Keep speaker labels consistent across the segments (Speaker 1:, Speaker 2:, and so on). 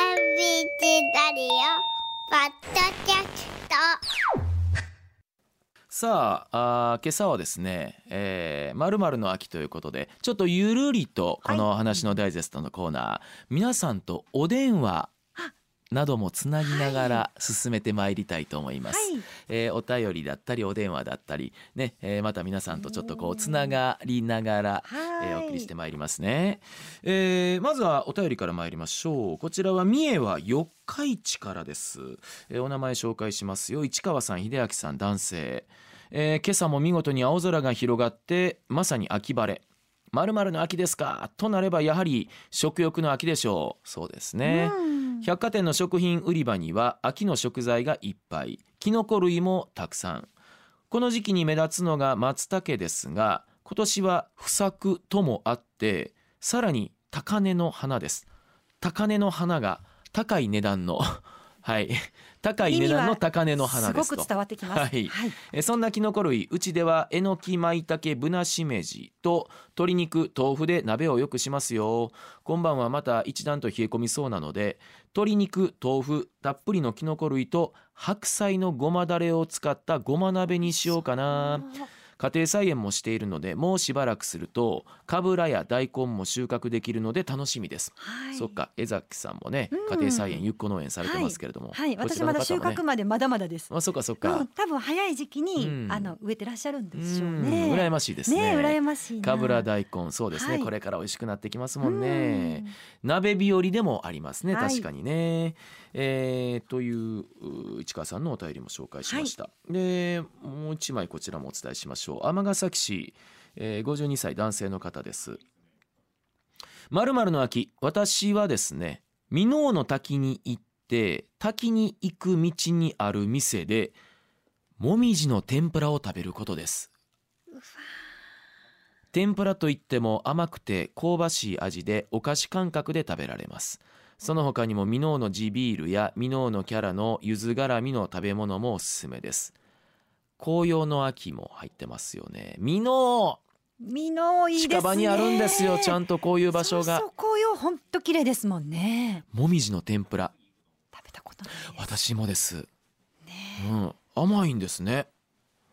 Speaker 1: チラリオポッドキャスト
Speaker 2: さああー今朝はですね「えー、〇〇の秋」ということでちょっとゆるりとこの話のダイジェストのコーナー、皆さんとお電話などもつなぎながら進めてまいりたいと思います。えーお便りだったりお電話だったり、ねえーまた皆さんとちょっとこうつながりながら、
Speaker 3: はい
Speaker 2: えーお送りしてまいりますね、えーまずはお便りから参りましょうこちらは三重は四日市からです、えーお名前紹介しますよ市川さん秀明さん男性、えー今朝も見事に青空が広がってまさに秋晴れまるまるの秋ですかとなればやはり食欲の秋でしょうそうですね、
Speaker 3: うん
Speaker 2: 百貨店の食品売り場には秋の食材がいっぱいキノコ類もたくさんこの時期に目立つのが松茸ですが今年は不作ともあってさらに高値の花です高値の花が高い値段の はい高い値段の高値の花ですす
Speaker 3: ごく
Speaker 2: と
Speaker 3: 伝わってきます。
Speaker 2: はいえそんなキノコ類うちではえのきまいたけぶなしめじと鶏肉豆腐で鍋をよくしますよ今晩はまた一段と冷え込みそうなので鶏肉豆腐たっぷりのキノコ類と白菜のごまだれを使ったごま鍋にしようかな家庭菜園もしているのでもうしばらくするとかぶらや大根も収穫できるので楽しみです、
Speaker 3: はい。
Speaker 2: そっ。か江崎さんもね
Speaker 3: うん
Speaker 2: 家庭菜園ゆっこ農園されてますけれども、
Speaker 3: はい、
Speaker 2: こち
Speaker 3: 私
Speaker 2: らの
Speaker 3: まだ収
Speaker 2: 方もね
Speaker 3: 穫までまだまだです。
Speaker 2: あそっかそっか、
Speaker 3: うん、多分早い時期に、
Speaker 2: うん
Speaker 3: あの植えてらっしゃるんで
Speaker 2: う
Speaker 3: しょうんね。
Speaker 2: 羨ましいですね。
Speaker 3: え羨ましいな。
Speaker 2: かぶら大根そうですね、
Speaker 3: はい
Speaker 2: これから美味しくなってきます
Speaker 3: う
Speaker 2: もん
Speaker 3: ん
Speaker 2: ね、鍋日和でもありますね
Speaker 3: はい
Speaker 2: 確かにね、えーというう市川さんのお便りも紹介しました、でもう一枚こちらもお伝えしましょう尼崎市、えー、52歳男性の方ですまるの秋私はですね箕面の滝に行って滝に行く道にある店でもみじの天ぷらを食べることです天ぷらといっても甘くて香ばしい味でお菓子感覚で食べられますその他にもミノーの地ビールやミノーのキャラの柚子絡みの食べ物もおすすめです紅葉の秋も入ってますよねミノ
Speaker 3: 美濃いい
Speaker 2: ー
Speaker 3: ですね。
Speaker 2: 近場にあるんですよちゃんとこういう場所が
Speaker 3: そうそう紅葉本当綺麗ですもんね。
Speaker 2: もみじの天ぷら
Speaker 3: 食べたことないです。
Speaker 2: 私もです、
Speaker 3: ね
Speaker 2: うん、甘いんですね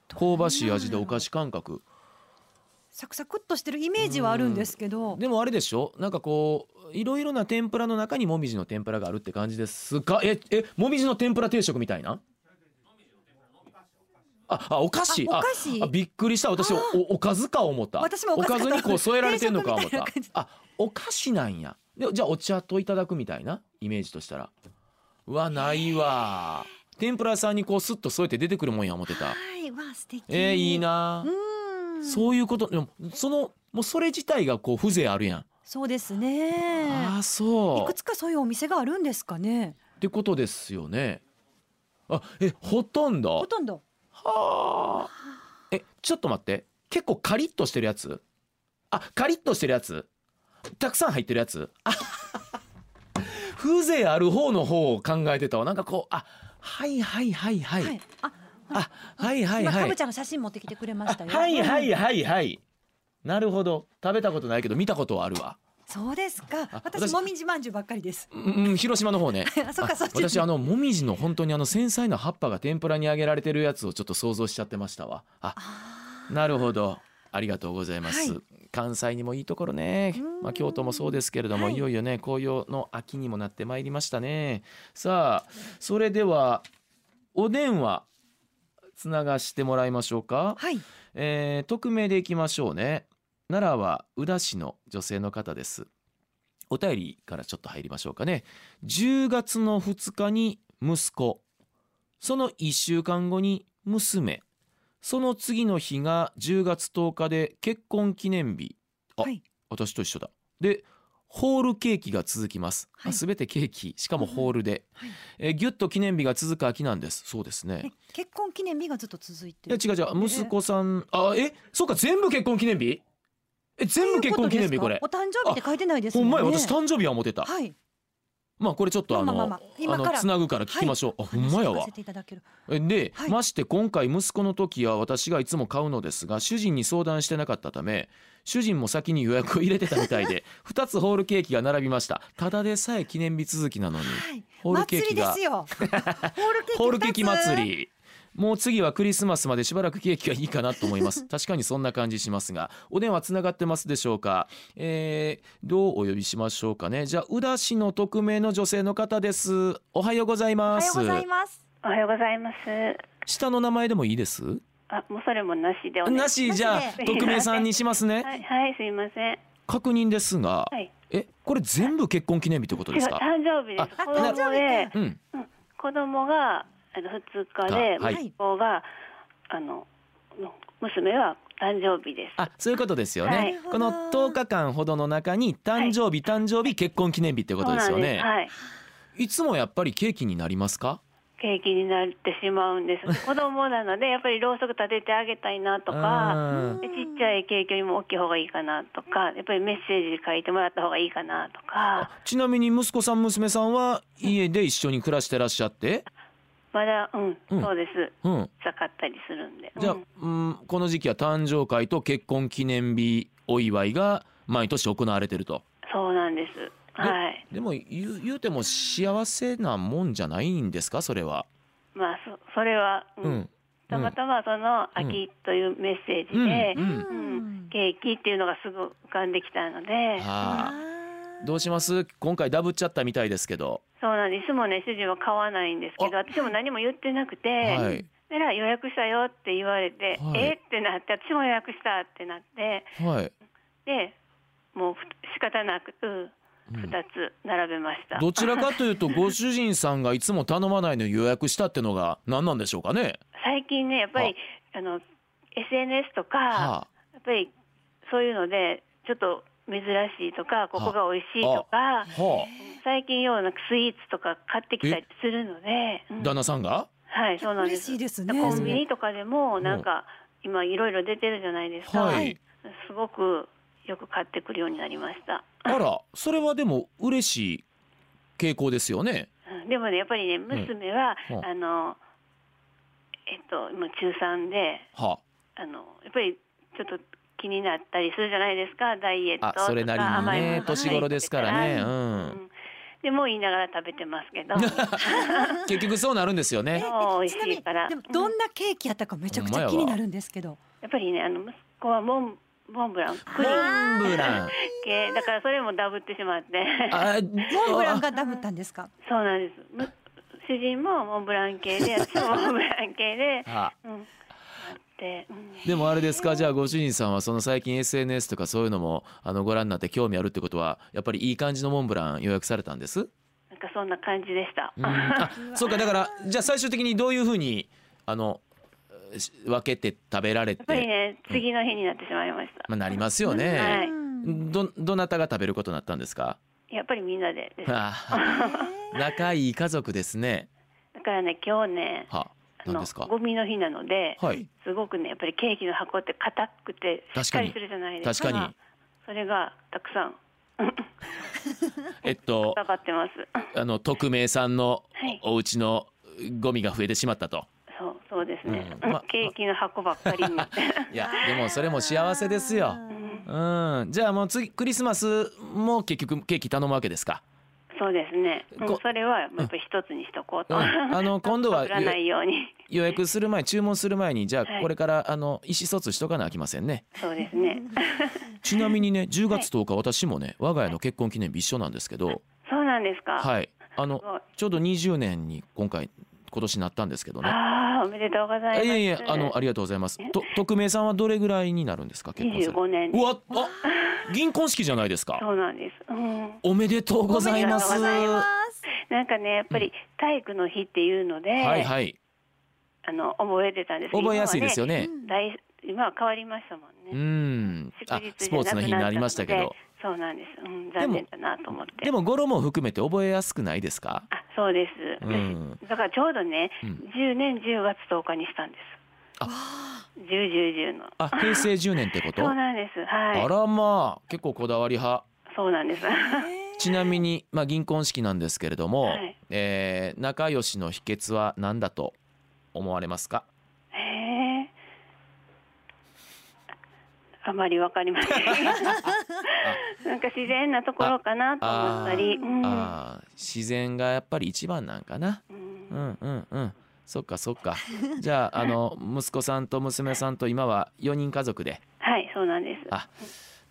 Speaker 2: 香ばしい味でお菓
Speaker 3: 子。
Speaker 2: 子感覚
Speaker 3: サクサクっとしてるイメージはあるんですけど。
Speaker 2: でもあれでしょなんかこういろいろな天ぷらの中にもみじの天ぷらがあるって感じですがええもみじの天ぷら定食みたいなああお菓子
Speaker 3: あお菓子
Speaker 2: あびっくりした私お
Speaker 3: あ
Speaker 2: おおかずか思った
Speaker 3: 私もおかずかと
Speaker 2: にこう添えられてんのか思っ
Speaker 3: 定食み
Speaker 2: た
Speaker 3: たいな感じ
Speaker 2: あお菓子なんやでじゃあお茶といただくみたいなイメージとしたらうわないわ天ぷら屋さんにこうスッと添えて出てくるもんや思ってた
Speaker 3: はい、わあ素敵。
Speaker 2: えー、いい。な
Speaker 3: うん。
Speaker 2: そういうことでもそのもうそれ自体がこう風情あるやん
Speaker 3: そうですね。
Speaker 2: ああ
Speaker 3: い
Speaker 2: そう
Speaker 3: くつかそういうお店があるんですかね。
Speaker 2: ってことですよねあえほとんど
Speaker 3: ほとんど。
Speaker 2: はあえちょっと待って結構カリッとしてるやつあカリッとしてるやつたくさん入ってるやつあ はは風情ある方の方を考えてたわなんかこうあはいはいはいはい、
Speaker 3: はい。あ、
Speaker 2: あはいはい
Speaker 3: 今
Speaker 2: は
Speaker 3: か
Speaker 2: い
Speaker 3: ぶちゃんの写真持ってきてくれましたよ。
Speaker 2: はいは
Speaker 3: うん
Speaker 2: いはいはいなるほど食べたことないけど見たことはあるわ
Speaker 3: そうですか
Speaker 2: あ。
Speaker 3: 私
Speaker 2: 私
Speaker 3: もみじ饅頭ばっかりです。
Speaker 2: うんうん広島の方ね
Speaker 3: あそっかそっち
Speaker 2: 私あのもみじの本当にあの繊細な葉っぱが天ぷらに揚げられてるやつをちょっと想像しちゃってましたわあ
Speaker 3: あ
Speaker 2: なるほどありがとうございます、
Speaker 3: はい
Speaker 2: 関西にもいいところね
Speaker 3: うん、
Speaker 2: まあ、京都もそうですけれども、
Speaker 3: はい
Speaker 2: い、よいよね紅葉の秋にもなってまいりましたねさあそれではお電話つながしてもらいましょうか
Speaker 3: ー、はい。
Speaker 2: えー匿名でいきましょうね奈良は宇田市の女性の方ですお便りからちょっと入りましょうかね10月の2日に息子その1週間後に娘その次の日が10月10日で結婚記念日あ、
Speaker 3: はい
Speaker 2: 私と一緒だでホールケーキが続きます、
Speaker 3: はい
Speaker 2: あ全てケーキしかもホールで、
Speaker 3: はい
Speaker 2: えーぎゅっと記念日が続く秋なんですそうですね
Speaker 3: え結婚記念日がずっと続い
Speaker 2: い
Speaker 3: て
Speaker 2: や
Speaker 3: る。
Speaker 2: 違う違う息子さんあえそうか全部結婚記念日え全部結婚記念日これ
Speaker 3: お誕生日って書いてないです
Speaker 2: ほ
Speaker 3: も
Speaker 2: ん
Speaker 3: ん
Speaker 2: ま
Speaker 3: ね。
Speaker 2: や私誕生日は思ってた
Speaker 3: はい。
Speaker 2: まあこれちょっとあ
Speaker 3: まあまあま
Speaker 2: の
Speaker 3: あ
Speaker 2: あ
Speaker 3: 今から
Speaker 2: のつなぐから聞きましょう、あほんまや
Speaker 3: 話を聞
Speaker 2: わ
Speaker 3: かせていただける
Speaker 2: えで、
Speaker 3: はい
Speaker 2: まして今回息子の時は私がいつも買うのですが主人に相談してなかったため主人も先に予約を入れてたみたいで2つホールケーキが並びましたただでさえ記念日続きなのに
Speaker 3: はい
Speaker 2: ホールケーキが
Speaker 3: 祭りで すよホールケーキ
Speaker 2: ホールケーキ祭
Speaker 3: り
Speaker 2: りもう次はクリスマスまでしばらくケーキがいいかなと思います確かにそんな感じしますがお電話つながってますでしょうかえー、どうお呼びしましょうかねじゃあ宇田市の匿名の女性の方ですおはようござい
Speaker 3: お
Speaker 2: ま
Speaker 3: はよ
Speaker 2: す
Speaker 3: うございます
Speaker 4: おはようございます。
Speaker 2: 下の名前でもいいです
Speaker 4: あ、もうそれもなしでお願い
Speaker 2: なしじゃあ
Speaker 3: なし
Speaker 4: で
Speaker 2: 匿名さんにしますね、
Speaker 4: はい、はい、すいません。
Speaker 2: 確認ですが、
Speaker 4: はい。
Speaker 2: えこれ全部結婚記念日ってことで
Speaker 4: 違う、
Speaker 2: すか
Speaker 4: 誕生日です。
Speaker 2: あ
Speaker 4: 子供
Speaker 3: 誕生日
Speaker 4: で
Speaker 3: か、
Speaker 2: うん
Speaker 4: 子供が、あの、二日で、
Speaker 2: がはい
Speaker 4: 息子が、あの、娘は誕生日です。
Speaker 2: あそういうことですよね、
Speaker 4: はい
Speaker 2: この10日間ほどの中に誕生日、誕生日結婚記念日ってことですよね、
Speaker 4: はい。
Speaker 2: い、つもやっぱりケーキになりますか
Speaker 4: ケーキになってしまう んです。子供なので、やっぱりろうそく立ててあげたいなとか。
Speaker 2: あ
Speaker 4: でちっちゃいケーキよりも大きい方がいいかなとか、やっぱりメッセージ書いてもらった方がいいかなと
Speaker 2: ー
Speaker 4: か、
Speaker 2: ちなみに息子さん娘さんは家で一緒に暮らしてらっしゃって、
Speaker 4: まだ、うん、
Speaker 2: うん
Speaker 4: そうです。
Speaker 2: うん、
Speaker 4: さかったりするんで。
Speaker 2: じゃあ
Speaker 4: うん、
Speaker 2: うん、この時期は誕生会と結婚記念日お祝いが毎年行われてると
Speaker 4: そうなんです。はい。
Speaker 2: でも言う言うても幸せなもんじゃないんですかそれは、
Speaker 4: まあそそれは、うん
Speaker 2: うん、
Speaker 4: たまたまその「秋」というメッセージで、
Speaker 2: うんうん
Speaker 4: うんケーキっていうのがすぐ浮かんできたので、
Speaker 2: はあ
Speaker 3: あー
Speaker 2: どうします今回ダブっちゃったみたいですけど、
Speaker 4: そうなんですいつもね主人は買わないんですけど私も何も言ってなくて、
Speaker 2: はい
Speaker 4: だから予約したよって言われて、
Speaker 2: はい
Speaker 4: えってなって私も予約したってなって
Speaker 2: はい、
Speaker 4: でもうふ仕方なく
Speaker 2: うん
Speaker 4: 2つ並べました、
Speaker 2: どちらかというとご主人さんがいつも頼まないのに予約したってのが何なんでしょうかね
Speaker 4: 最近ねやっぱりあの SNS とか、
Speaker 2: は
Speaker 4: やっぱりそういうのでちょっと珍しいとかここが美味しいとか
Speaker 2: あ、は
Speaker 4: 最近ようなスイーツとか買ってきたりするので、う
Speaker 2: あ、
Speaker 4: ん
Speaker 2: 旦那さんが
Speaker 4: はいそうなんで
Speaker 3: 嬉
Speaker 4: す
Speaker 3: しいですね
Speaker 4: コンビニとかでもなんか今いろいろ出てるじゃないですか、
Speaker 2: はい
Speaker 4: すごくよく買ってくるようになりました
Speaker 2: あらそれはでも嬉しい傾向ですよね
Speaker 4: うんでもねやっぱりね娘は、
Speaker 2: うん
Speaker 4: あのえっと今中3で
Speaker 2: は
Speaker 4: あのやっぱりちょっと気になったりするじゃないですかダイエット
Speaker 2: あ
Speaker 4: とか
Speaker 2: それなりに
Speaker 4: 甘いもの
Speaker 2: ね
Speaker 4: が
Speaker 2: 年頃ですからね、
Speaker 4: は
Speaker 2: う
Speaker 4: い
Speaker 2: ん、
Speaker 4: でもう言いながら食べてますけ ど
Speaker 2: 結局そうなるんですよね
Speaker 4: もう美
Speaker 3: ち
Speaker 4: 味し
Speaker 3: なみに
Speaker 4: いから
Speaker 3: でもどんなケーキやったかめちゃくちゃ気になるんですけど
Speaker 4: やっぱりねあの息子はモンモンブラン
Speaker 2: モ
Speaker 4: クリーム
Speaker 2: ンブラン
Speaker 4: 系だからそれもダブってしまって
Speaker 2: あ
Speaker 3: モンブラン
Speaker 2: あ
Speaker 3: がダブったんですか
Speaker 4: そうなんですむ主人もモンブラン系 で私もモンブラン系で、
Speaker 2: はあ
Speaker 4: うん、あって、うん
Speaker 2: でもあれですかじゃあご主人さんはその最近 SNS とかそういうのもあのご覧になって興味あるってことはやっぱりいい感じのモンブラン予約されたんです
Speaker 4: なんかそんな感じでした、
Speaker 2: うんあそうかだからじゃあ最終的にどういうふうにあのし分けて食べられ
Speaker 4: やっぱり
Speaker 2: て、
Speaker 4: ね次の日になってしまいました、
Speaker 2: まあ、なりますよね、
Speaker 4: はい
Speaker 3: うん
Speaker 2: どどなたが食べることになったんですか
Speaker 4: やっぱりみんなでですだ
Speaker 2: あ あ仲いい家族ですね
Speaker 4: からね今日ね
Speaker 2: は
Speaker 4: あ
Speaker 2: 何
Speaker 4: の
Speaker 2: ですか
Speaker 4: ゴミの日なので、
Speaker 2: はい
Speaker 4: すごくねやっぱりケーキの箱って硬くてしっかりするじゃないです
Speaker 2: 確
Speaker 4: か
Speaker 2: かに
Speaker 4: それがたくさん
Speaker 2: えっ と
Speaker 4: かかってます
Speaker 2: あの匿名さんの
Speaker 4: はい
Speaker 2: お家のゴミが増えてしまったと
Speaker 4: そうそうですね、
Speaker 2: うんま
Speaker 4: ケーキの箱ばっかりに
Speaker 2: いやでもそれも幸せですよ
Speaker 4: うん
Speaker 2: うん、じゃあもう次クリスマスも結局ケーキ頼むわけですか。
Speaker 4: そうですね、うん
Speaker 2: こ
Speaker 4: それはやっぱり一つにしとこう
Speaker 2: う
Speaker 4: と、
Speaker 2: ん、あの今度は
Speaker 4: 売らないように
Speaker 2: 予約する前注文する前にじゃ
Speaker 4: は
Speaker 2: あ
Speaker 4: い
Speaker 2: これからあの意思疎通しとかなあきませんね。
Speaker 4: そうで すね
Speaker 2: ちなみにね10月10日私もね我が家の結婚記念日一緒なんですけど、
Speaker 4: そうなんですか、
Speaker 2: はい、あの
Speaker 4: すごい
Speaker 2: ちょうど20年に今回今年なったんですけどね。
Speaker 4: ああおめでとうございます
Speaker 2: いやいやあのありがとうございます。と匿名さんはどれぐらいになるんですか結婚され
Speaker 4: 25年
Speaker 2: うわあ銀婚式じゃないですか。
Speaker 4: そうなんです、うん、
Speaker 2: おめでとうございます。
Speaker 4: おめでとうございますなんかねやっぱり体育の日っていうので、
Speaker 2: はいはい
Speaker 4: あの覚えてたんですけど
Speaker 2: 覚えやすいですよね。
Speaker 4: 今はね大今は変わりましたもんね、
Speaker 2: うん、あ
Speaker 4: 祝日
Speaker 2: ス
Speaker 4: じゃ
Speaker 2: ポー
Speaker 4: なく
Speaker 2: ツの日になりましたけ
Speaker 4: なっ
Speaker 2: ど
Speaker 4: たのでそうなんです、うん、残念だなと思って
Speaker 2: でも語呂も含めて覚えやすくないですか
Speaker 4: あそうです、
Speaker 2: うん
Speaker 4: だからちょうどね、
Speaker 2: うん
Speaker 4: 10年10月10日にしたんです10、10、10の
Speaker 2: あ平成10年ってこと
Speaker 4: そうなんですは
Speaker 2: あ
Speaker 4: い
Speaker 2: らまあ結構こだわり派
Speaker 4: そうなんです
Speaker 3: えー
Speaker 2: ちなみに、まあ、銀婚式なんですけれども、
Speaker 4: はい
Speaker 2: えー仲良しの秘訣は何だと思われますか
Speaker 4: へえあまりわかりま せんなんか自然なところかなと思ったり
Speaker 3: あ
Speaker 4: うん
Speaker 2: あー自然がやっぱり一番なんかな
Speaker 4: うん
Speaker 2: うんうんうんそっかそっかじゃああの息子さんと娘さんと今は4人家族で
Speaker 4: はいそうなんです
Speaker 2: あ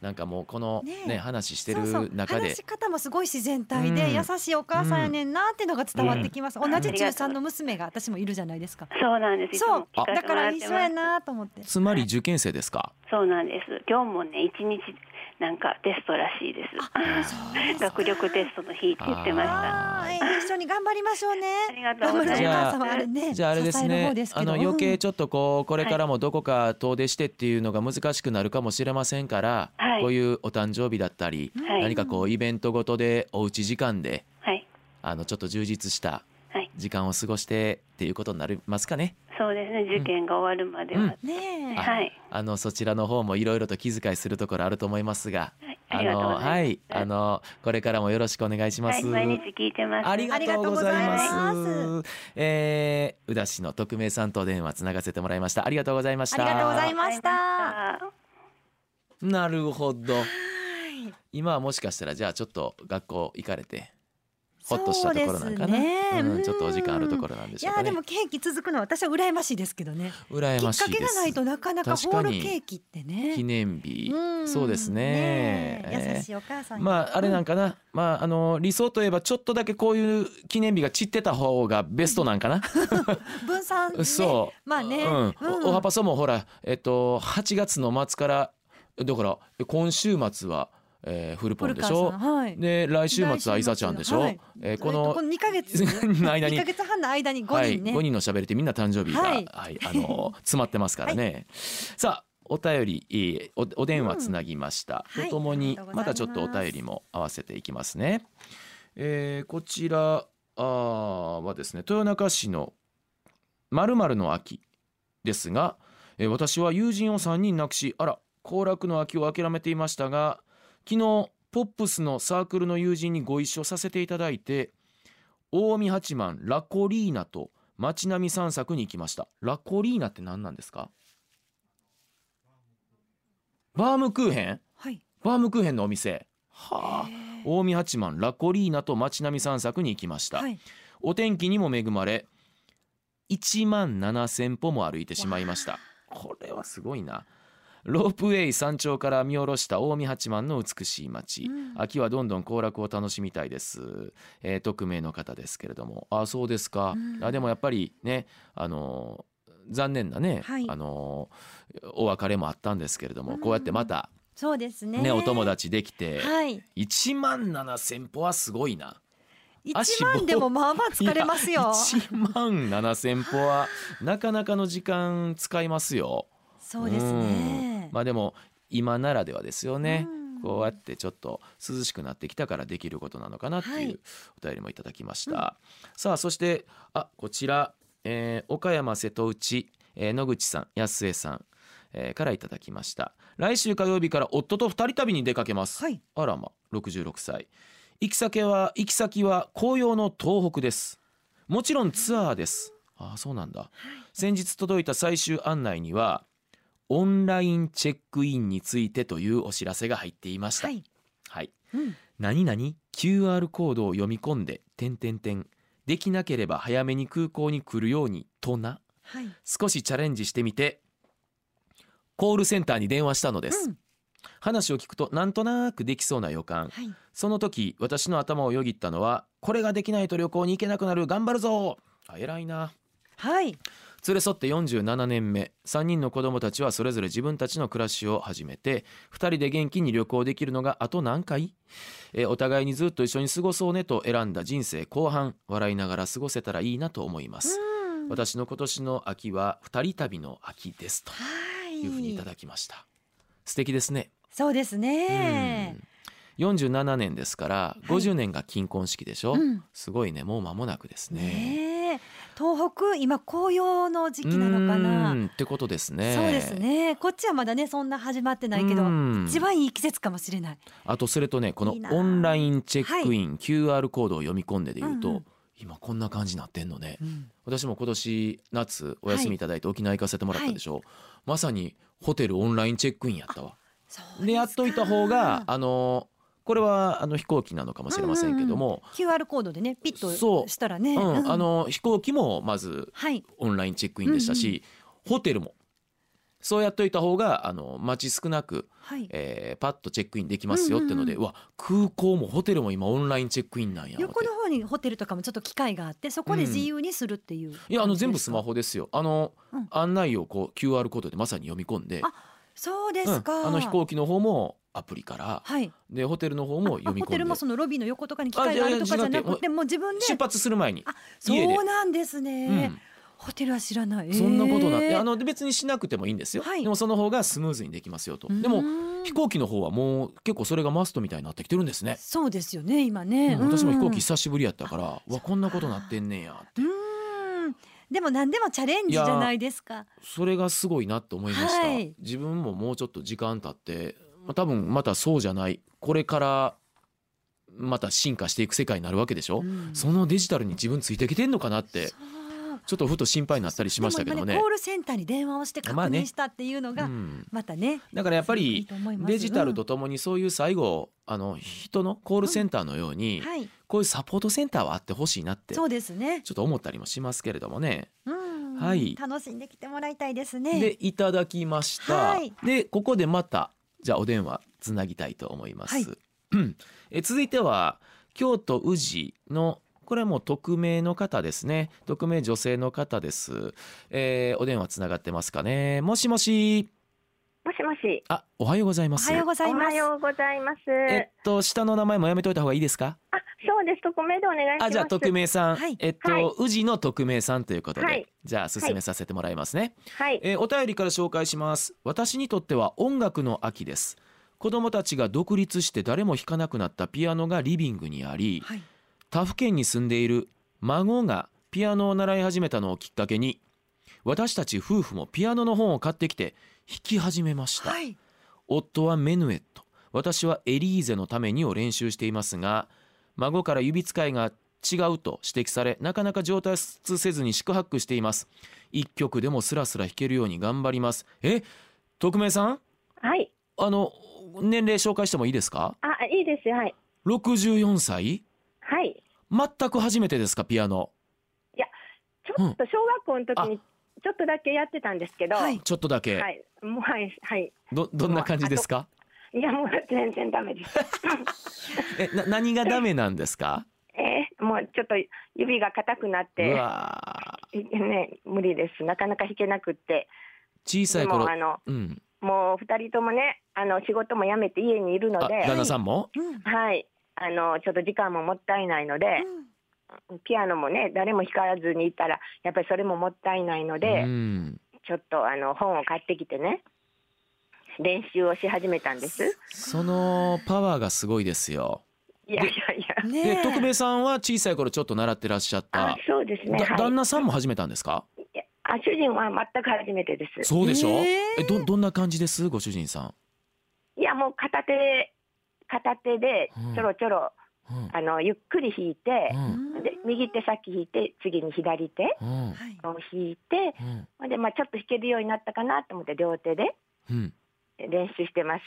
Speaker 2: なんかもうこの
Speaker 3: ね
Speaker 2: ね
Speaker 3: え
Speaker 2: 話して
Speaker 3: そうそう
Speaker 2: る中で
Speaker 3: 話し方もすごい自然体で、
Speaker 2: うん
Speaker 3: 優しいお母さんやねんなっていうのが伝わってきます、
Speaker 4: ん
Speaker 3: 同じ中3の娘が私もいるじゃないですか
Speaker 4: そうなんですいつ
Speaker 3: そ
Speaker 4: も
Speaker 3: う
Speaker 4: 聞かせ
Speaker 3: だ
Speaker 4: て
Speaker 3: か
Speaker 4: もら
Speaker 3: ら
Speaker 4: って
Speaker 3: 一
Speaker 4: ます
Speaker 3: 緒やなと思って
Speaker 2: つまり受験生ですか
Speaker 4: そうなんです今日もね一日なんかテストらしいです
Speaker 2: あ
Speaker 3: そうですか
Speaker 4: 学力テストの日って言ってました
Speaker 3: あーえー一緒に頑張りましょうね
Speaker 4: ありがと
Speaker 3: 頑
Speaker 4: う
Speaker 3: 張
Speaker 4: ご
Speaker 3: るお
Speaker 4: ざ
Speaker 3: 母
Speaker 4: い
Speaker 2: じ
Speaker 4: ます
Speaker 2: ゃ
Speaker 3: 様あれね
Speaker 2: じゃああれです
Speaker 3: 支える
Speaker 2: ね
Speaker 3: 方です
Speaker 2: あ
Speaker 3: けど
Speaker 2: の余計ちょっとこうこれからもどこか遠出してっていうのが難しくなるかもしれませんから、
Speaker 4: はい
Speaker 2: こういうお誕生日だったり、
Speaker 4: はい
Speaker 2: 何かこうイベントごとでおうち時間で
Speaker 4: はい
Speaker 2: あのちょっと充実した
Speaker 4: はい
Speaker 2: 時間を過ごしてっていうことになりますかね。
Speaker 4: そうですね受験が終わるまでは、
Speaker 2: うん
Speaker 3: うんねえ
Speaker 2: あ
Speaker 4: はい
Speaker 2: あのそちらの方もいろいろと気遣いするところあると思いますが、
Speaker 4: はいあ
Speaker 2: あ
Speaker 4: りがとうご
Speaker 2: のは
Speaker 4: ざい
Speaker 2: い
Speaker 4: ます
Speaker 2: あのこれからもよろしくお願いしま
Speaker 4: はい
Speaker 2: す。
Speaker 4: 毎日聞いてます
Speaker 2: ありがとうござい
Speaker 3: ありがとう
Speaker 2: ます。えー、宇田市の匿名さんと電話つながせてもらいました。ありがとうございました。
Speaker 3: ありがとうございま
Speaker 4: わかり
Speaker 3: ま
Speaker 2: なるほど。今はもしかしたらじゃあちょっと学校行かれてほっとしたところなんか
Speaker 3: そ
Speaker 2: な。
Speaker 3: うですね
Speaker 2: うん、ちょっとお時間あるところなんで
Speaker 3: い
Speaker 2: しょ
Speaker 3: や
Speaker 2: うか
Speaker 3: ーで
Speaker 2: ね。
Speaker 3: もケーキ続くのは私は羨ましいですけどね
Speaker 2: 羨
Speaker 3: き
Speaker 2: ま
Speaker 3: っ
Speaker 2: しい
Speaker 3: かけ
Speaker 2: で
Speaker 3: がない
Speaker 2: す
Speaker 3: と。なかなか
Speaker 2: 確
Speaker 3: ホ
Speaker 2: か
Speaker 3: ー
Speaker 2: に
Speaker 3: ルケーキってね
Speaker 2: 記念日
Speaker 3: う。ん
Speaker 2: そうですね。
Speaker 3: ねえ
Speaker 2: えー
Speaker 3: 優しいお母さん
Speaker 2: まああれなんかな、まああの理想といえばちょっとだけこういう記念日が散ってた方がベストなんか な。
Speaker 3: 分散ね
Speaker 2: そう
Speaker 3: まあね、
Speaker 2: うん、おおは
Speaker 3: ぱ
Speaker 2: ぱそもほらえっと8月の末からだから今週末は、えー、フルポンでしょ。
Speaker 3: はい
Speaker 2: で来週末はイサちゃんでしょ。
Speaker 3: はい
Speaker 2: えーこ
Speaker 3: えっと
Speaker 2: の
Speaker 3: この2ヶ月
Speaker 2: の間に
Speaker 3: 2ヶ月半の間に5人ね、
Speaker 2: はい、5人の喋りってみんな誕生日が、は
Speaker 3: はいい
Speaker 2: あの詰まってますから ね、さあお便りえーおお電話つなぎました、
Speaker 3: うんはい
Speaker 2: とともに
Speaker 3: ありがとうございます
Speaker 2: またちょっとお便りも合わせていきますね、えーこちらあーはですね豊中市のまるの秋ですが、えー私は友人を3人亡くしあら行楽の秋を諦めていましたが昨日ポップスのサークルの友人にご一緒させていただいて大見八幡ラコリーナと街並み散策に行きましたラコリーナって何なんですかバームクーヘン
Speaker 3: はい
Speaker 2: バームクーヘンのお店はあ大見八幡ラコリーナと街並み散策に行きました、
Speaker 3: はい
Speaker 2: お天気にも恵まれ1万7,000歩も歩いてしまいましたこれはすごいなロープウェイ山頂から見下ろした近江八幡の美しい街、
Speaker 3: うん
Speaker 2: 秋はどんどん行楽を楽しみたいです、えー匿名の方ですけれどもあそうですか、
Speaker 3: うん
Speaker 2: あでもやっぱりねあのー残念なね、
Speaker 3: はい
Speaker 2: あのーお別れもあったんですけれども、
Speaker 3: うん
Speaker 2: こうやってまた
Speaker 3: そうですね
Speaker 2: ねお友達できて、
Speaker 3: はい
Speaker 2: 1万7,000歩はすごいな。足
Speaker 3: 1
Speaker 2: 棒
Speaker 3: 万でもまあまあ疲れますよ
Speaker 2: 1万7000歩はなかなかの時間使いますよ。
Speaker 3: そうですね
Speaker 2: うんまあでも今ならではですよね。
Speaker 3: うん
Speaker 2: こうやってちょっと涼しくなってきたからできることなのかなって
Speaker 3: はいいう
Speaker 2: お便りもいただきました。さあそしてあこちら、えー岡山瀬戸内、えー野口さん安江さん、えーからいただきました。来週火曜日から夫と二人旅に出かけます。
Speaker 3: はい
Speaker 2: あらま、66歳。行き先は、行き先は紅葉の東北です。もちろんツアーです。ああ、そうなんだ。先日届いた最終案内には、オンラインチェックインについてというお知らせが入っていました。
Speaker 3: は
Speaker 2: はい。
Speaker 3: い、うん、
Speaker 2: 何々 QR コードを読み込んで、点点点。できなければ早めに空港に来るように、とな。
Speaker 3: はい、
Speaker 2: 少しチャレンジしてみて、コールセンターに電話したのです。
Speaker 3: うん
Speaker 2: 話を聞くと、なんとなくできそうな予感。
Speaker 3: はい、
Speaker 2: その時私の頭をよぎったのはこれができないと旅行に行けなくなる頑張るぞあ偉いな
Speaker 3: はい、
Speaker 2: 連れ添って47年目3人の子供たちはそれぞれ自分たちの暮らしを始めて2人で元気に旅行できるのがあと何回えーお互いにずっと一緒に過ごそうねと選んだ人生後半笑いながら過ごせたらいいなと思います
Speaker 3: うん
Speaker 2: 私の今年の秋は2人旅の秋ですと
Speaker 3: はい
Speaker 2: いうふうにいただきました素敵ですね
Speaker 3: そうですね
Speaker 2: うん47年ですから
Speaker 3: い
Speaker 2: 50年が金婚式でしょ、
Speaker 3: うん
Speaker 2: すごいねもう間もなくですね
Speaker 3: ねえで東北今紅葉の時期なのか
Speaker 2: う
Speaker 3: な。
Speaker 2: んってことですね
Speaker 3: そうですねこっちはまだねそんな始まってないけ
Speaker 2: う
Speaker 3: ど
Speaker 2: ん
Speaker 3: 一番いい季節かもしれない
Speaker 2: あとそれとねこの
Speaker 3: いいな
Speaker 2: オンラインチェックイン、QR コードを読み込んでで言うと、
Speaker 3: うんうん
Speaker 2: 今こんな感じになってんのね
Speaker 3: うん
Speaker 2: 私も今年夏お休みいただいて沖縄行かせてもらったでしょ、まさにホテルオンラインチェックインやったわ
Speaker 3: そう
Speaker 2: でやっといた方があのこれはあの飛行機なのかもしれませんけども、
Speaker 3: QR コードでねピッ
Speaker 2: そう
Speaker 3: としたらね、
Speaker 2: うん
Speaker 3: うん
Speaker 2: あの飛行機もまず
Speaker 3: はい
Speaker 2: オンラインチェックインでしたし、ホテルもそうやっといた方があの待ち少なく、
Speaker 3: はい
Speaker 2: えーパッとチェックインできますよってので、うわ空港もホテルも今オンラインチェックインなんや思って
Speaker 3: 横の方にホテルとかもちょっと機械があってそこで自由にするっていう、
Speaker 2: いやあの全部スマホですよあの、
Speaker 3: うん
Speaker 2: 案内をこう QR コードでまさに読み込んで
Speaker 3: あそうですか、
Speaker 2: うんあの飛行機の方もアプリから
Speaker 3: はい
Speaker 2: でホテルの方
Speaker 3: あ
Speaker 2: も読み
Speaker 3: ホテ
Speaker 2: 込
Speaker 3: ル
Speaker 2: んで
Speaker 3: もそのロビーの横とかに機械があるとかじゃなくてもう自分で
Speaker 2: 出発する前に、
Speaker 3: あ
Speaker 2: 家で
Speaker 3: そうなんです
Speaker 2: う
Speaker 3: ね、
Speaker 2: ん、
Speaker 3: ホテルは知らない
Speaker 2: そんなことなって、
Speaker 3: えー
Speaker 2: あので別にしなくてもいいんですよ、
Speaker 3: はい
Speaker 2: でもその方がスムーズにできますよとで
Speaker 3: う
Speaker 2: も
Speaker 3: ん
Speaker 2: 飛行機の方はもう結構それがマストみたいになってきてるんですね、
Speaker 3: そうですよね今ね、
Speaker 2: うん私も飛行
Speaker 3: うん
Speaker 2: 機久しぶりやったから、うわこんなことなってんねんや
Speaker 3: うんでも何でもチャレンジじゃないですか
Speaker 2: それがすごいなって思いました、
Speaker 3: はい
Speaker 2: 自分ももうちょっと時間経って、まあ、多分またそうじゃないこれからまた進化していく世界になるわけでしょ、
Speaker 3: うん
Speaker 2: そのデジタルに自分ついてきてんのかなって
Speaker 3: そう
Speaker 2: ちょっとふと心配になったりしましたけどもね
Speaker 3: でも今コールセンターに電話をして確
Speaker 2: まあね
Speaker 3: 認したっていうの
Speaker 2: う
Speaker 3: が
Speaker 2: ん、
Speaker 3: またね
Speaker 2: だからやっぱり
Speaker 3: いいと思います
Speaker 2: デジタルとともにそういう最後あの人のコールセンターのよう
Speaker 3: うん
Speaker 2: に
Speaker 3: はい
Speaker 2: こういうサポートセンターはあってほしいなってちょ
Speaker 3: そうですね
Speaker 2: っと思ったりもしますけれどもね。
Speaker 3: うん
Speaker 2: はい
Speaker 3: 楽しんできてもらいたいですね
Speaker 2: でいただきました、
Speaker 3: はい
Speaker 2: でここでまたじゃあお電話つなぎたいと思います。
Speaker 3: はい
Speaker 2: え続いては京都宇治のこれはもう匿名の方ですね匿名女性の方です、えーお電話つながってますかねもしもし
Speaker 5: もしもし。
Speaker 2: あおはようござい
Speaker 3: お
Speaker 2: ます
Speaker 3: はようござい
Speaker 5: お
Speaker 3: ま
Speaker 5: は
Speaker 3: す
Speaker 5: ようございます。
Speaker 2: えっと下の名前もやめといた方がいいですか
Speaker 5: あ、そうです。匿名でお願いします。
Speaker 2: あじゃあ匿名さん、
Speaker 3: はい
Speaker 2: えっと、
Speaker 5: はい
Speaker 2: 宇治の匿名さんということで、
Speaker 5: はい
Speaker 2: じゃあ進めさせてもらいますね、
Speaker 5: はい。
Speaker 2: えーお便りから紹介します私にとっては音楽の秋です子供たちが独立して誰も弾かなくなったピアノがリビングにあり
Speaker 3: はい
Speaker 2: 他府県に住んでいる孫がピアノを習い始めたのをきっかけに私たち夫婦もピアノの本を買ってきて弾き始めました、
Speaker 3: はい
Speaker 2: 夫はメヌエット私はエリーゼのためにを練習していますが孫から指使いが違うと指摘されなかなか上達せずに四苦八苦しています一曲でもスラスラ弾けるように頑張りますえ匿名さん
Speaker 5: はい。
Speaker 2: あの年齢紹介してもいいですか
Speaker 5: あ、いいです。はい。
Speaker 2: 64歳
Speaker 5: はい。
Speaker 2: 全く初めてですかピアノ
Speaker 5: ちょっと小学校の時にちょっとだけやってたんですけど。
Speaker 3: は
Speaker 5: はいい。
Speaker 2: ちょっとだけ、
Speaker 5: もうはいはい。
Speaker 2: どどんな感じですか
Speaker 5: いやもう全然ダメです。
Speaker 2: えな何がダメなんですか
Speaker 5: えー、もうちょっと指が硬くなっ
Speaker 2: う
Speaker 5: て、
Speaker 2: わー
Speaker 5: ね無理です。なかなか弾けなくって。
Speaker 2: 小さ
Speaker 5: で
Speaker 2: い頃
Speaker 5: もあの
Speaker 2: うん
Speaker 5: もう二人ともねあの仕事も辞めて家にいるの
Speaker 2: あ
Speaker 5: で、
Speaker 2: 旦那さんも、
Speaker 3: うん
Speaker 5: はい。あのちょっと時間ももったいないので。
Speaker 3: うん
Speaker 5: ピアノもね誰も弾かずにいたらやっぱりそれももったいないので、
Speaker 2: うん
Speaker 5: ちょっとあの本を買ってきてね練習をし始めたんです
Speaker 2: そのパワーがすごいですよ。
Speaker 5: いやいやいや
Speaker 3: ね
Speaker 2: で
Speaker 3: え
Speaker 2: 徳兵衛さんは小さい頃ちょっと習ってらっしゃった
Speaker 5: あ。そうですね
Speaker 2: だ
Speaker 5: はい
Speaker 2: 旦那さんも始めたんですか。
Speaker 5: いやあ主人は全く初めてです
Speaker 2: そうでしょ。
Speaker 3: え
Speaker 2: えどどんな感じですご主人さ
Speaker 5: いやもう片手片手で
Speaker 2: うん
Speaker 5: ちょろちょろ、
Speaker 2: ん。うん
Speaker 5: あのゆっくり弾いて
Speaker 2: う、
Speaker 3: うんん
Speaker 5: で右手先弾いて次に左手
Speaker 2: うん
Speaker 3: はい
Speaker 5: を弾いて
Speaker 2: うん
Speaker 5: ほんで、まあ、ちょっと弾けるようになったかなと思って両手で
Speaker 2: うん。
Speaker 5: 練習して ます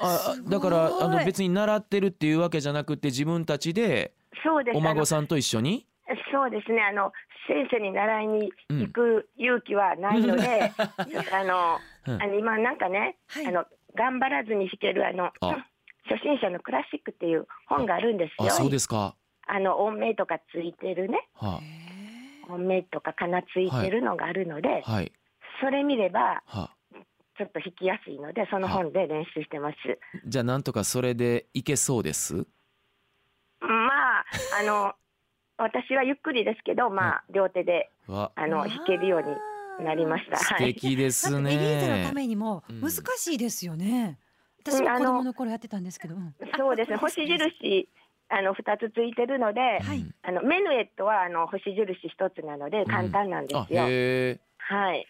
Speaker 2: あ
Speaker 3: すごい
Speaker 2: だからあの別に習ってるっていうわけじゃなくて自分たちで
Speaker 5: そうです
Speaker 2: お
Speaker 5: あの
Speaker 2: 孫さんと一緒に。
Speaker 5: そうですね。あの先生に習いに行く勇気はない ので、あの、
Speaker 2: うん
Speaker 5: あの今なんかね、
Speaker 3: はい
Speaker 5: あの頑張らずに弾けるあの
Speaker 2: あ
Speaker 5: 初心者のクラシックっていう本があるんですよ。
Speaker 2: あそうですか。
Speaker 5: あの音名とかついてるね、
Speaker 2: は
Speaker 5: 音名とかかなついてるのがあるので、
Speaker 2: あはい
Speaker 5: それ見れば
Speaker 2: はあ。
Speaker 5: ちょっと弾きやすいので、その本で練習してます。
Speaker 2: じゃあなんとかそれでいけそうです。
Speaker 5: まああの私はゆっくりですけど、まあ両手で
Speaker 2: わ
Speaker 5: あの弾けるようになりました。
Speaker 2: 素
Speaker 5: はい。
Speaker 2: 敵です
Speaker 3: だってエリーゼのた
Speaker 2: ね。
Speaker 3: めにも
Speaker 2: うん
Speaker 3: 難しいですよね、私も子供の頃やってたんですけど、うん
Speaker 5: そうですね。
Speaker 3: あ
Speaker 5: 星印あの2つついてるので、
Speaker 3: はい
Speaker 2: うん
Speaker 5: あのメヌエットはあの星印一つなので簡単なんで
Speaker 2: あ
Speaker 5: すよ。
Speaker 2: へえ
Speaker 5: はい。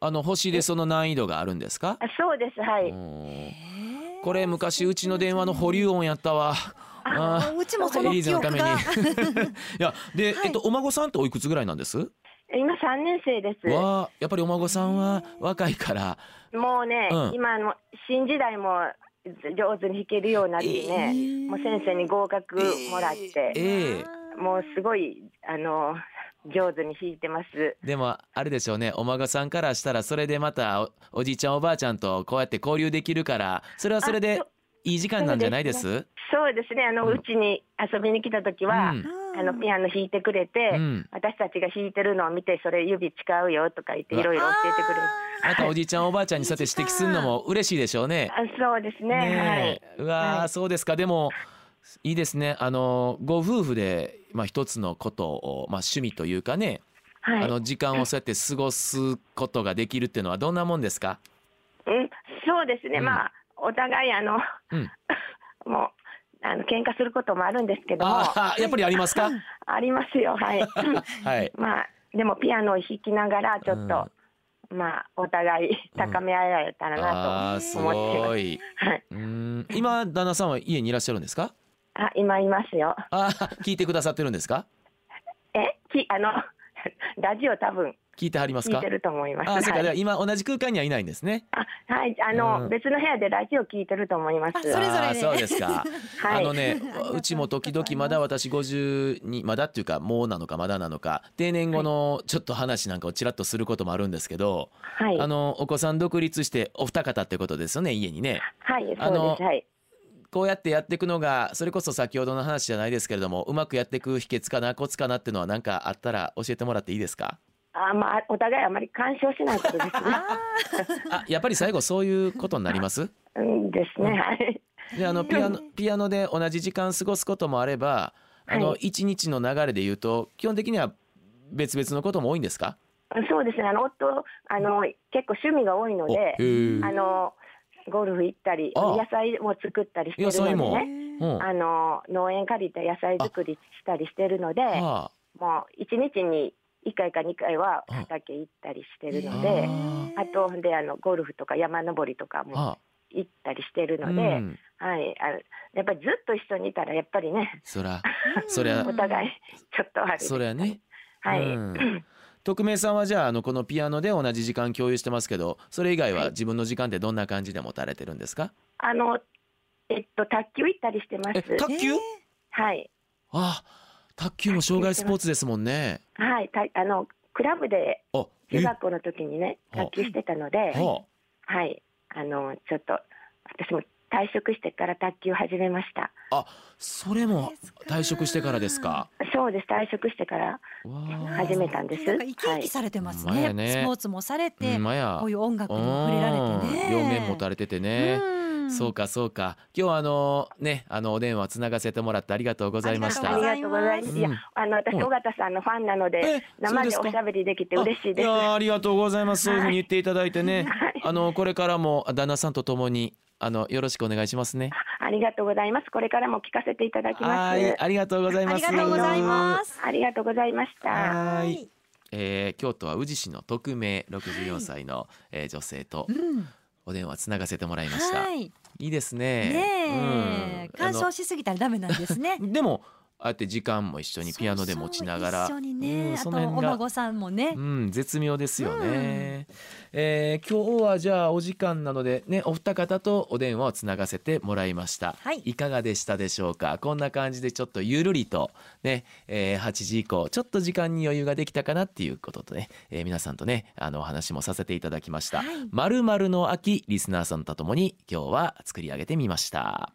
Speaker 2: あの星でその難易度があるんですか
Speaker 5: あ、そうです。は
Speaker 2: う
Speaker 5: い。
Speaker 2: ん
Speaker 3: えー
Speaker 2: これ昔うちの電話の保留音やったわあ
Speaker 3: うちもそ
Speaker 2: エ
Speaker 3: の
Speaker 2: リーズ
Speaker 3: 記
Speaker 2: の
Speaker 3: 憶
Speaker 2: ためにい
Speaker 3: が。
Speaker 2: やで、
Speaker 3: はい
Speaker 2: えっとお孫さんっておいくつぐらいなんです
Speaker 5: 今3年生です。
Speaker 2: わあやっぱりお孫さんは若いから
Speaker 5: もうね、
Speaker 2: うん
Speaker 5: 今あの新時代も上手に弾けるようになってね、
Speaker 2: え
Speaker 5: もう先生に合格もらって、
Speaker 2: ええ
Speaker 5: もうすごいあの上手に弾いてます。
Speaker 2: でもあれでしょうねお孫さんからしたらそれでまたおおじいちゃんおばあちゃんとこうやって交流できるからそれはそれで
Speaker 5: あ
Speaker 2: いい時間なんじゃないです
Speaker 5: そうですね。あの
Speaker 2: うん
Speaker 5: うち、に遊びに来た時
Speaker 2: う
Speaker 5: は、
Speaker 2: ん
Speaker 5: あのピアノ弾いてくれて、
Speaker 2: うん
Speaker 5: 私たちが弾いてるのを見て、それ指使うよとか言っていろいろ教えてくれる。
Speaker 2: またおじいちゃんおばあちゃんにそうやって指摘するのも嬉しいでしょうね。
Speaker 5: あそうですね。
Speaker 2: ねえうわー、
Speaker 5: はい
Speaker 2: そうですかでもいいですねあのご夫婦で、まあ、一つのことを、まあ、趣味というかね、
Speaker 5: はい。はい
Speaker 2: あ。の時間をそうやって過ごすことができるっていうのはどんなもんですか、
Speaker 5: うん、そうですね、
Speaker 2: うん
Speaker 5: まあ、お互い、あの、
Speaker 2: うん、
Speaker 5: もう、あの喧嘩することもあるんですけども、あ
Speaker 2: あーやっぱりありますか
Speaker 5: りますよ、はい。
Speaker 2: はい
Speaker 5: まあ、でも、ピアノを弾きながら、ちょっと、まあ、お互い高め合えられたらな
Speaker 2: あーすごい
Speaker 5: と、はい。
Speaker 2: うーん今旦那さんは家にいらっしゃるんですか
Speaker 5: あ、今いますよ。
Speaker 2: あー聞いてくださってるんですか
Speaker 5: え、き、あの、 ラジオ多分
Speaker 2: 聞いてはります
Speaker 5: 聞い
Speaker 2: か
Speaker 5: てると思います。
Speaker 2: あーそうか
Speaker 5: は
Speaker 2: で
Speaker 5: い
Speaker 2: は今同じ空間にはいないんですね
Speaker 5: あはい、あの、
Speaker 2: うん
Speaker 5: 別の部屋でラジオ聞いてると思います。
Speaker 3: あそれぞれで
Speaker 2: あーそうですか。
Speaker 5: はい
Speaker 2: あの ね
Speaker 3: ありが、とう
Speaker 2: うちも時々まだ私50にまだっていうかもうなのかまだなのか定年後のちょっと話なんかをちらっとすることもあるんですけど、
Speaker 5: はい、
Speaker 2: あのお子さん独立してお二方ってことですよね家にね。
Speaker 5: はい、そうです。
Speaker 2: あの
Speaker 5: はい、
Speaker 2: こうやってやっていくのがそれこそ先ほどの話じゃないですけれどもうまくやっていく秘訣かなコツかなっていうのは何かあったら教えてもらっていいです か
Speaker 5: あ、まあ、お互いあまり干渉しないことですね。
Speaker 2: あやっぱり最後そういうことになります
Speaker 5: うんですね、はい。
Speaker 2: であのピアノピアノで同じ時間過ごすこともあればあの
Speaker 5: はい
Speaker 2: 一日の流れで言うと基本的には別々のことも多いんですか
Speaker 5: そうですね、あの夫、あの結構趣味が多いの
Speaker 2: おへ
Speaker 5: で、
Speaker 2: え
Speaker 5: あのゴルフ行ったり、
Speaker 2: あ
Speaker 5: 野菜も作ったりしてる
Speaker 2: 野菜
Speaker 5: の
Speaker 2: も
Speaker 5: で
Speaker 2: え
Speaker 5: ね。
Speaker 2: うんは
Speaker 5: あの農園借りて野菜作りしたりしてるので、
Speaker 2: あ
Speaker 5: もう一日に一回か二回は畑行ったりしてるので、
Speaker 2: あ
Speaker 5: あとほんであのゴルフとか山登りとかも
Speaker 2: あ
Speaker 5: 行ったりしてる
Speaker 2: う
Speaker 5: ので、
Speaker 2: ん
Speaker 5: はい、あのやっぱりずっと一緒にいたらやっぱりね、
Speaker 2: そらそりゃ
Speaker 5: お互いちょっとあれです
Speaker 2: そりゃね
Speaker 5: はい、
Speaker 2: うん匿名さんはじゃああのこのピアノで同じ時間共有してますけどそれ以外は自分の時間ってどんな感じで持たれてるんですか
Speaker 5: あのえっと卓球行ったりしてます
Speaker 2: え。卓球
Speaker 5: はい、
Speaker 2: あ卓球も障害スポーツですもんね
Speaker 5: はい、たあのクラブで
Speaker 2: あ
Speaker 5: 中
Speaker 2: え
Speaker 5: 学校の時にね
Speaker 2: はあ
Speaker 5: 卓球してたので、
Speaker 2: はあ
Speaker 5: はい、あのちょっと私も退職してから卓球始めました。
Speaker 2: それも退職してからですか。
Speaker 5: そうです、退職してから、
Speaker 2: わあ
Speaker 5: 初めたんです
Speaker 3: なんか生き生きされてます
Speaker 2: はいほんま
Speaker 3: ね。
Speaker 2: やね
Speaker 3: スポーツもされて、
Speaker 2: うんまや
Speaker 3: こういう音楽にも触れられて
Speaker 2: う
Speaker 3: ね。
Speaker 2: ん両面持たれててね。
Speaker 3: うん
Speaker 2: そうかそうか。今日はあのねあのお電話つながせてもらってありがとうございまし
Speaker 3: あ
Speaker 2: た。
Speaker 5: ありがとうございます。
Speaker 2: うん
Speaker 5: いや、あの私
Speaker 2: うん
Speaker 5: 尾形さんのファンなの
Speaker 2: え
Speaker 5: で、
Speaker 2: そう
Speaker 5: 生
Speaker 2: で
Speaker 5: です
Speaker 2: か
Speaker 5: おしゃべりできて嬉しいです。
Speaker 2: あや
Speaker 5: は
Speaker 2: あありがとうございます。そういうふうに言っていただいて ね。
Speaker 5: い、
Speaker 2: あのこれからも旦那さんとともにあのよろしくお願いしますね。
Speaker 5: ありがとうございます。これからも聞かせていただきま
Speaker 2: は
Speaker 5: す。
Speaker 2: いありがとうござい
Speaker 3: あ
Speaker 2: ま
Speaker 3: り
Speaker 2: す。。
Speaker 3: がとうございますす。
Speaker 5: ありがとうございました。
Speaker 2: は。。
Speaker 3: はい
Speaker 2: えー、京都は宇治市の匿名64歳の、えー女性と
Speaker 3: うん。
Speaker 2: お電話つながせてもらいました。、
Speaker 3: はいい。ね
Speaker 2: いですね。
Speaker 3: え、
Speaker 2: うんあ
Speaker 3: 干
Speaker 2: の。
Speaker 3: 渉しすぎたらダメなんですね
Speaker 2: でもああやって時間も一緒にピアノで持ちながら
Speaker 3: そうそう一緒に
Speaker 2: う
Speaker 3: ね。
Speaker 2: ん
Speaker 3: あ
Speaker 2: そ
Speaker 3: と
Speaker 2: の
Speaker 3: お
Speaker 2: 辺が
Speaker 3: 孫さんもね
Speaker 2: う。ん絶妙ですよね、えー今日はじゃあお時間なのでねお二方とお電話をつながせてもらいました、
Speaker 3: はい
Speaker 2: かがでしたでしょうかこんな感じでちょっとゆるりとね、えー8時以降ちょっと時間に余裕ができたかなっていうこととね、えー皆さんとねあのお話もさせていただきました
Speaker 3: はい
Speaker 2: 「まるの秋」リスナーさんとともに今日は作り上げてみました。